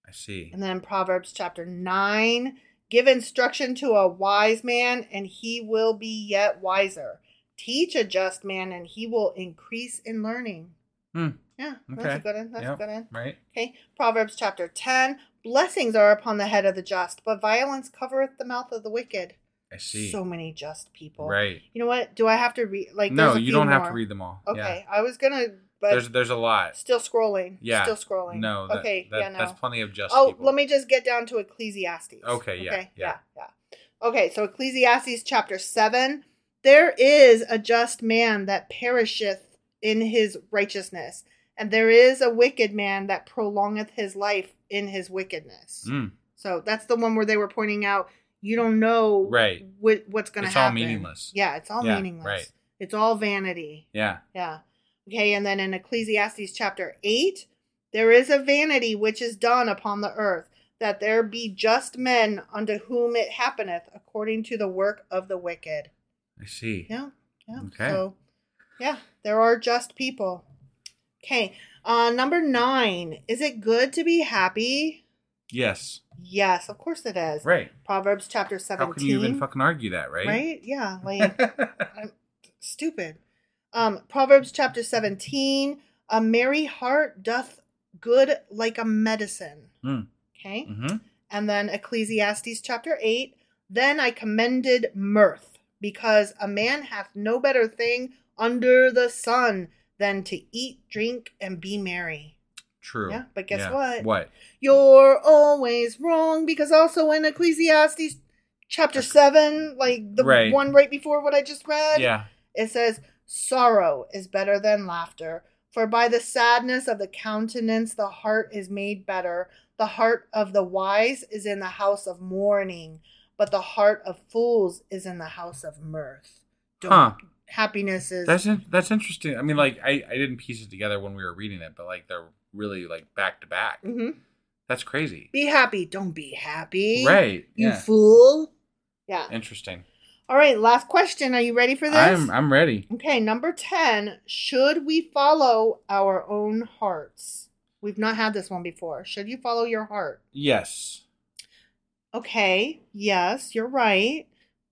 [SPEAKER 4] I see.
[SPEAKER 5] And then Proverbs chapter 9 Give instruction to a wise man, and he will be yet wiser. Teach a just man, and he will increase in learning.
[SPEAKER 4] Hmm.
[SPEAKER 5] Yeah,
[SPEAKER 4] Okay.
[SPEAKER 5] that's a good one. That's
[SPEAKER 4] Yep.
[SPEAKER 5] a good one.
[SPEAKER 4] Right.
[SPEAKER 5] Okay, Proverbs chapter 10 Blessings are upon the head of the just, but violence covereth the mouth of the wicked.
[SPEAKER 4] I see.
[SPEAKER 5] so many just people.
[SPEAKER 4] right.
[SPEAKER 5] You know what? Do I have to read? Like,
[SPEAKER 4] no,
[SPEAKER 5] there's a
[SPEAKER 4] you
[SPEAKER 5] few
[SPEAKER 4] don't have
[SPEAKER 5] more.
[SPEAKER 4] to read them all.
[SPEAKER 5] Okay,
[SPEAKER 4] Yeah.
[SPEAKER 5] I was gonna, but
[SPEAKER 4] there's there's a lot.
[SPEAKER 5] still scrolling.
[SPEAKER 4] Yeah.
[SPEAKER 5] still scrolling.
[SPEAKER 4] No. that-
[SPEAKER 5] okay,
[SPEAKER 4] that-
[SPEAKER 5] yeah, no.
[SPEAKER 4] That's plenty of just.
[SPEAKER 5] oh,
[SPEAKER 4] people.
[SPEAKER 5] let me just get down to Ecclesiastes.
[SPEAKER 4] Okay, yeah,
[SPEAKER 5] yeah,
[SPEAKER 4] yeah.
[SPEAKER 5] yeah. Okay, so Ecclesiastes chapter 7 There is a just man that perisheth in his righteousness, and there is a wicked man that prolongeth his life in his wickedness.
[SPEAKER 4] Mm,
[SPEAKER 5] So that's the one where they were pointing out you don't know
[SPEAKER 4] Right.
[SPEAKER 5] what, what's going to
[SPEAKER 4] It's all
[SPEAKER 5] happen.
[SPEAKER 4] meaningless.
[SPEAKER 5] Yeah, it's all
[SPEAKER 4] Yeah,
[SPEAKER 5] meaningless.
[SPEAKER 4] right.
[SPEAKER 5] It's all vanity.
[SPEAKER 4] yeah.
[SPEAKER 5] Yeah. Okay, and then in Ecclesiastes chapter 8, there is a vanity which is done upon the earth, that there be just men unto whom it happeneth according to the work of the wicked.
[SPEAKER 4] I see.
[SPEAKER 5] Yeah. Yeah.
[SPEAKER 4] Okay.
[SPEAKER 5] So, yeah, there are just people. Okay. Uh, number nine, is it good to be happy?
[SPEAKER 4] Yes.
[SPEAKER 5] Yes, of course it is.
[SPEAKER 4] Right.
[SPEAKER 5] Proverbs chapter 17.
[SPEAKER 4] How can you even fucking argue that, right?
[SPEAKER 5] right? Yeah, like I'm stupid. Um, Proverbs chapter 17, a merry heart doth good like a medicine.
[SPEAKER 4] Mm.
[SPEAKER 5] Okay?
[SPEAKER 4] hmm
[SPEAKER 5] And then Ecclesiastes chapter 8, then I commended mirth because a man hath no better thing under the sun than to eat, drink and be merry.
[SPEAKER 4] True.
[SPEAKER 5] Yeah, but guess what?
[SPEAKER 4] What?
[SPEAKER 5] You're always wrong because also in Ecclesiastes chapter 7, like the
[SPEAKER 4] Right.
[SPEAKER 5] one right before what I just read,
[SPEAKER 4] Yeah.
[SPEAKER 5] it says, Sorrow is better than laughter, for by the sadness of the countenance the heart is made better. The heart of the wise is in the house of mourning, but the heart of fools is in the house of mirth. Don't,
[SPEAKER 4] Huh.
[SPEAKER 5] Happiness is.
[SPEAKER 4] That's in, that's interesting. I mean, like I, I didn't piece it together when we were reading it, but like they're really like back to back.
[SPEAKER 5] Mhm.
[SPEAKER 4] That's crazy.
[SPEAKER 5] Be happy. Don't be happy.
[SPEAKER 4] Right.
[SPEAKER 5] You
[SPEAKER 4] yeah.
[SPEAKER 5] fool. Yeah.
[SPEAKER 4] Interesting.
[SPEAKER 5] All right. Last question. Are you ready for this?
[SPEAKER 4] I'm I'm ready.
[SPEAKER 5] Okay, number 10. Should we follow our own hearts? We've not had this one before. Should you follow your heart?
[SPEAKER 4] Yes.
[SPEAKER 5] Okay, yes, you're right.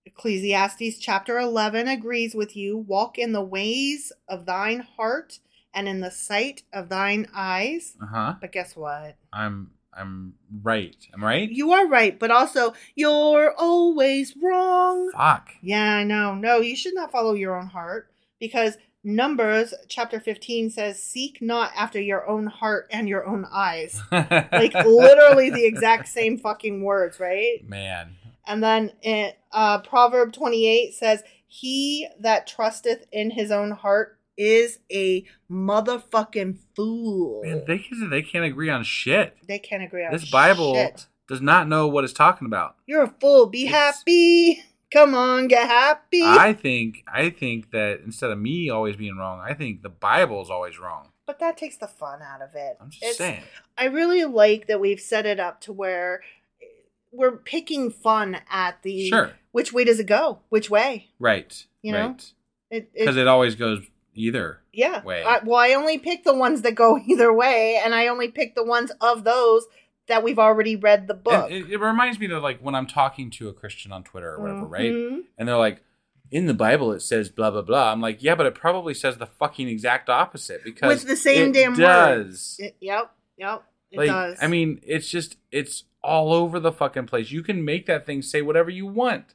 [SPEAKER 5] Ecclesiastes chapter 11 agrees with you. Walk in the ways of thine heart and in the sight of thine eyes.
[SPEAKER 4] Uh huh.
[SPEAKER 5] But guess what?
[SPEAKER 4] I'm I'm right. I'm right.
[SPEAKER 5] You are right, but also you're always wrong.
[SPEAKER 4] Fuck.
[SPEAKER 5] Yeah, I know. No, you should not follow your own heart because Numbers chapter 15 says, Seek not after your own heart and your own eyes. Like literally the exact same fucking words, right?
[SPEAKER 4] Man.
[SPEAKER 5] And then in, uh, Proverb 28 says, He that trusteth in his own heart is a motherfucking fool.
[SPEAKER 4] Man, they they can't agree on shit.
[SPEAKER 5] They can't agree on
[SPEAKER 4] This Bible
[SPEAKER 5] shit.
[SPEAKER 4] does not know what it's talking about.
[SPEAKER 5] You're a fool. Be
[SPEAKER 4] It's-
[SPEAKER 5] happy. Come on, get happy.
[SPEAKER 4] I think I think that instead of me always being wrong, I think the Bible's always wrong.
[SPEAKER 5] but that takes the fun out of it.
[SPEAKER 4] I'm just
[SPEAKER 5] It's-
[SPEAKER 4] saying.
[SPEAKER 5] I really like that we've set it up to where we're picking fun at the
[SPEAKER 4] Sure.
[SPEAKER 5] which way does it go? Which way?
[SPEAKER 4] Right.
[SPEAKER 5] You know?
[SPEAKER 4] right.
[SPEAKER 5] It, it-
[SPEAKER 4] Because it always goes either.
[SPEAKER 5] yeah.
[SPEAKER 4] way.
[SPEAKER 5] I, well, I only pick the ones that go either way, and I only pick the ones of those that we've already read the book.
[SPEAKER 4] It, it, it reminds me of like when I'm talking to a Christian on Twitter or whatever, right?
[SPEAKER 5] Mhm.
[SPEAKER 4] And they're like, in the Bible it says blah blah blah. I'm like, yeah, but it probably says the fucking exact opposite because
[SPEAKER 5] With the same
[SPEAKER 4] it
[SPEAKER 5] damn word.
[SPEAKER 4] does.
[SPEAKER 5] It- yep. Yep. It
[SPEAKER 4] like,
[SPEAKER 5] does.
[SPEAKER 4] I mean, it's just it's all over the fucking place. You can make that thing say whatever you want.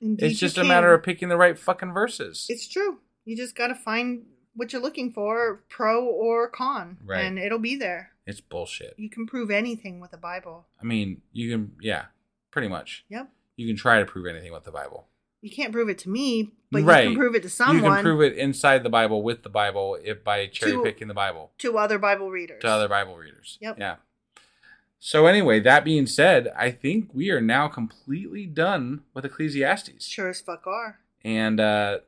[SPEAKER 5] Indeed you
[SPEAKER 4] it's just a
[SPEAKER 5] can.
[SPEAKER 4] matter of picking the right fucking verses.
[SPEAKER 5] It's true. You just got to find what you're looking for, pro or con,
[SPEAKER 4] Right.
[SPEAKER 5] and it'll be there.
[SPEAKER 4] It's bullshit.
[SPEAKER 5] You can prove anything with the Bible.
[SPEAKER 4] I mean, you can yeah, pretty much.
[SPEAKER 5] Yep.
[SPEAKER 4] You can try to prove anything with the Bible.
[SPEAKER 5] you can't prove it to me, but
[SPEAKER 4] right.
[SPEAKER 5] you can prove it to
[SPEAKER 4] You
[SPEAKER 5] someone,
[SPEAKER 4] can prove it inside the Bible with the Bible if by cherry picking the Bible
[SPEAKER 5] to other Bible readers.
[SPEAKER 4] to other Bible readers.
[SPEAKER 5] Yep.
[SPEAKER 4] Yeah. So anyway, that being said, I think we are now completely done with Ecclesiastes.
[SPEAKER 5] Sure as fuck are.
[SPEAKER 4] And uh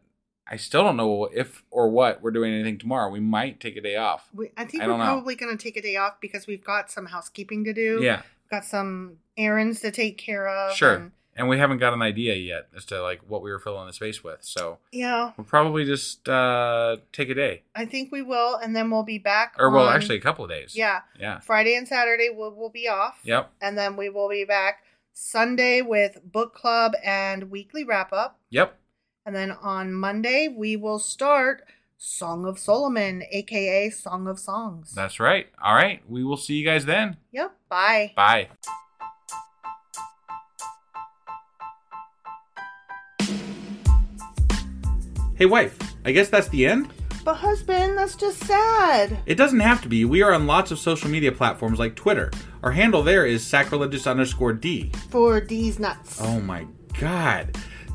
[SPEAKER 4] I still don't know if or what we're doing anything tomorrow. We might take a day off.
[SPEAKER 5] We, I think
[SPEAKER 4] I
[SPEAKER 5] we're
[SPEAKER 4] don't know.
[SPEAKER 5] probably going to take a day off because we've got some housekeeping to do.
[SPEAKER 4] Yeah.
[SPEAKER 5] got some errands to take care of.
[SPEAKER 4] Sure.
[SPEAKER 5] and-
[SPEAKER 4] And we haven't got an idea yet as to like what we were filling the space with. So
[SPEAKER 5] yeah,
[SPEAKER 4] we'll probably just uh take a day.
[SPEAKER 5] I think we will, and then we'll be back.
[SPEAKER 4] Or well,
[SPEAKER 5] on-
[SPEAKER 4] actually a couple of days.
[SPEAKER 5] Um, yeah,
[SPEAKER 4] Yeah.
[SPEAKER 5] Friday and Saturday we'll, we'll be off.
[SPEAKER 4] Yep.
[SPEAKER 5] And then we will be back Sunday with book club and weekly wrap up.
[SPEAKER 4] Yep.
[SPEAKER 5] And then on Monday, we will start Song of Solomon, aka Song of Songs.
[SPEAKER 4] That's right. All right. We will see you guys then.
[SPEAKER 5] yep. Bye.
[SPEAKER 4] Bye. Hey, wife, I guess that's the end?
[SPEAKER 5] But husband, that's just sad.
[SPEAKER 4] It doesn't have to be. We are on lots of social media platforms like Twitter. Our handle there is sacrilegious underscore D.
[SPEAKER 5] For these nuts.
[SPEAKER 4] Oh my god.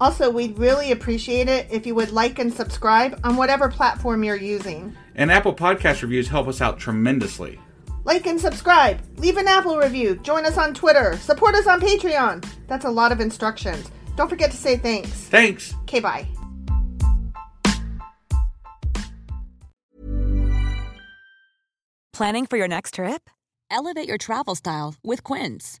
[SPEAKER 5] Also, we'd really appreciate it if you would like and subscribe on whatever platform you're using.
[SPEAKER 4] And Apple Podcast reviews help us out tremendously.
[SPEAKER 5] Like and subscribe, leave an Apple review, join us on Twitter, support us on Patreon. That's a lot of instructions. Don't forget to say thanks.
[SPEAKER 4] Thanks!
[SPEAKER 5] Okay, bye.
[SPEAKER 6] Planning for your next trip? Elevate your travel style with Quince.